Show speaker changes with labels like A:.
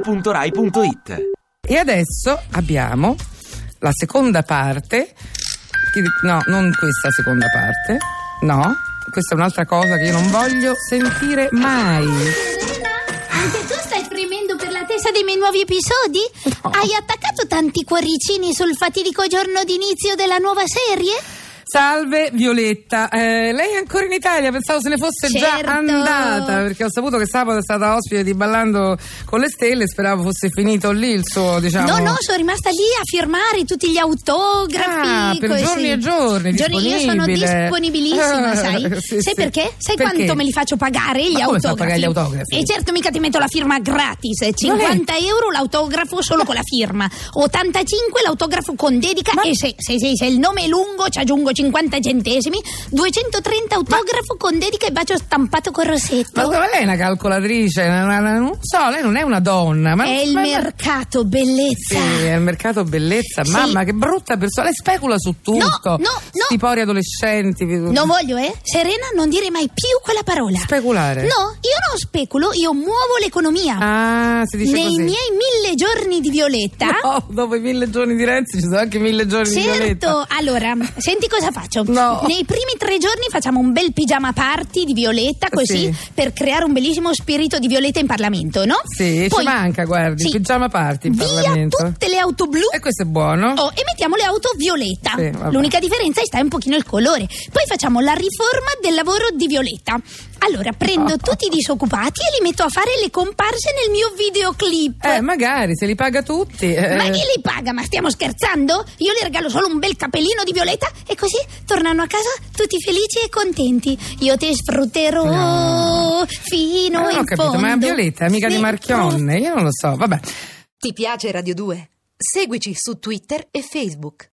A: radio2pod.rai.it
B: E adesso abbiamo la seconda parte. Ti- No, non questa seconda parte. No, questa è un'altra cosa che io non voglio sentire mai.
C: Anche tu stai fremendo per l'attesa dei miei nuovi episodi? Hai attaccato tanti cuoricini sul fatidico giorno d'inizio della nuova serie?
B: Salve Violetta, Eh, lei è ancora in Italia? Pensavo se ne fosse
C: Certo.
B: già andata perché ho saputo che sabato è stata ospite di Ballando con le Stelle. Speravo fosse finito lì il suo, diciamo.
C: No, no, sono rimasta lì a firmare tutti gli autografi.
B: Ah, per
C: così.
B: giorni e giorni,
C: Giorni, io sono
B: disponibile.
C: disponibilissima,
B: Ah,
C: sai?
B: sì,
C: sai
B: sì.
C: perché? Sai
B: Perché?
C: quanto me li faccio pagare gli
B: Ma come
C: autografi?
B: fa a pagare gli autografi?
C: E certo, mica ti metto la firma gratis. 50 euro l'autografo solo con la firma, 85 l'autografo con dedica. E se, se- se- se il nome è lungo, ci aggiungo 50 centesimi. 230 autografo con dedica e bacio stampato con
B: Ma
C: rossetto.
B: scusa, ma lei è una calcolatrice, una- una- una- non so, lei non è una donna. Ma,
C: è il
B: ma-
C: mercato, bellezza.
B: Sì, è il mercato bellezza.
C: Sì.
B: Mamma, che brutta persona. Lei specula su tutto.
C: No, no,
B: Sti
C: no.
B: pori adolescenti.
C: Non voglio, eh? Serena, non dire mai più quella parola.
B: Speculare.
C: No, io non speculo, io muovo l'economia.
B: Ah, si dice
C: Nei
B: così.
C: miei mille giorni di Violetta.
B: No, dopo i mille giorni di Renzi ci sono anche i mille giorni di Violetta.
C: Certo, allora, senti cosa faccio.
B: No.
C: Nei primi tre giorni facciamo un bel pigiama party di Violetta, così,
B: Sì.
C: per creare un bellissimo spirito di Violetta in Parlamento, no?
B: Sì,
C: Poi-
B: ci manca, guardi,
C: Sì.
B: pigiama party in
C: Via
B: Parlamento.
C: tutte le auto blu
B: E questo è buono.
C: Oh, e mettiamo le auto violetta.
B: Sì, vabbè.
C: L'unica differenza sta un pochino il colore. Poi facciamo la riforma del lavoro di Violetta. Allora,
B: Ah.
C: prendo tutti i disoccupati e li metto a fare le comparse nel mio videoclip.
B: Eh, magari, se li paga tutti. eh.
C: Ma chi li paga? Ma stiamo scherzando? Io le regalo solo un bel capellino di violetta e così tornano a casa tutti felici e contenti. Io ti sfrutterò
B: No. Ma
C: fino in
B: Eh, non Ah. ho capito,
C: fondo.
B: ma è Violetta, è amica di
C: Sì.
B: Marchionne, io non lo so, vabbè.
D: Ti piace Radio 2? Seguici su Twitter e Facebook.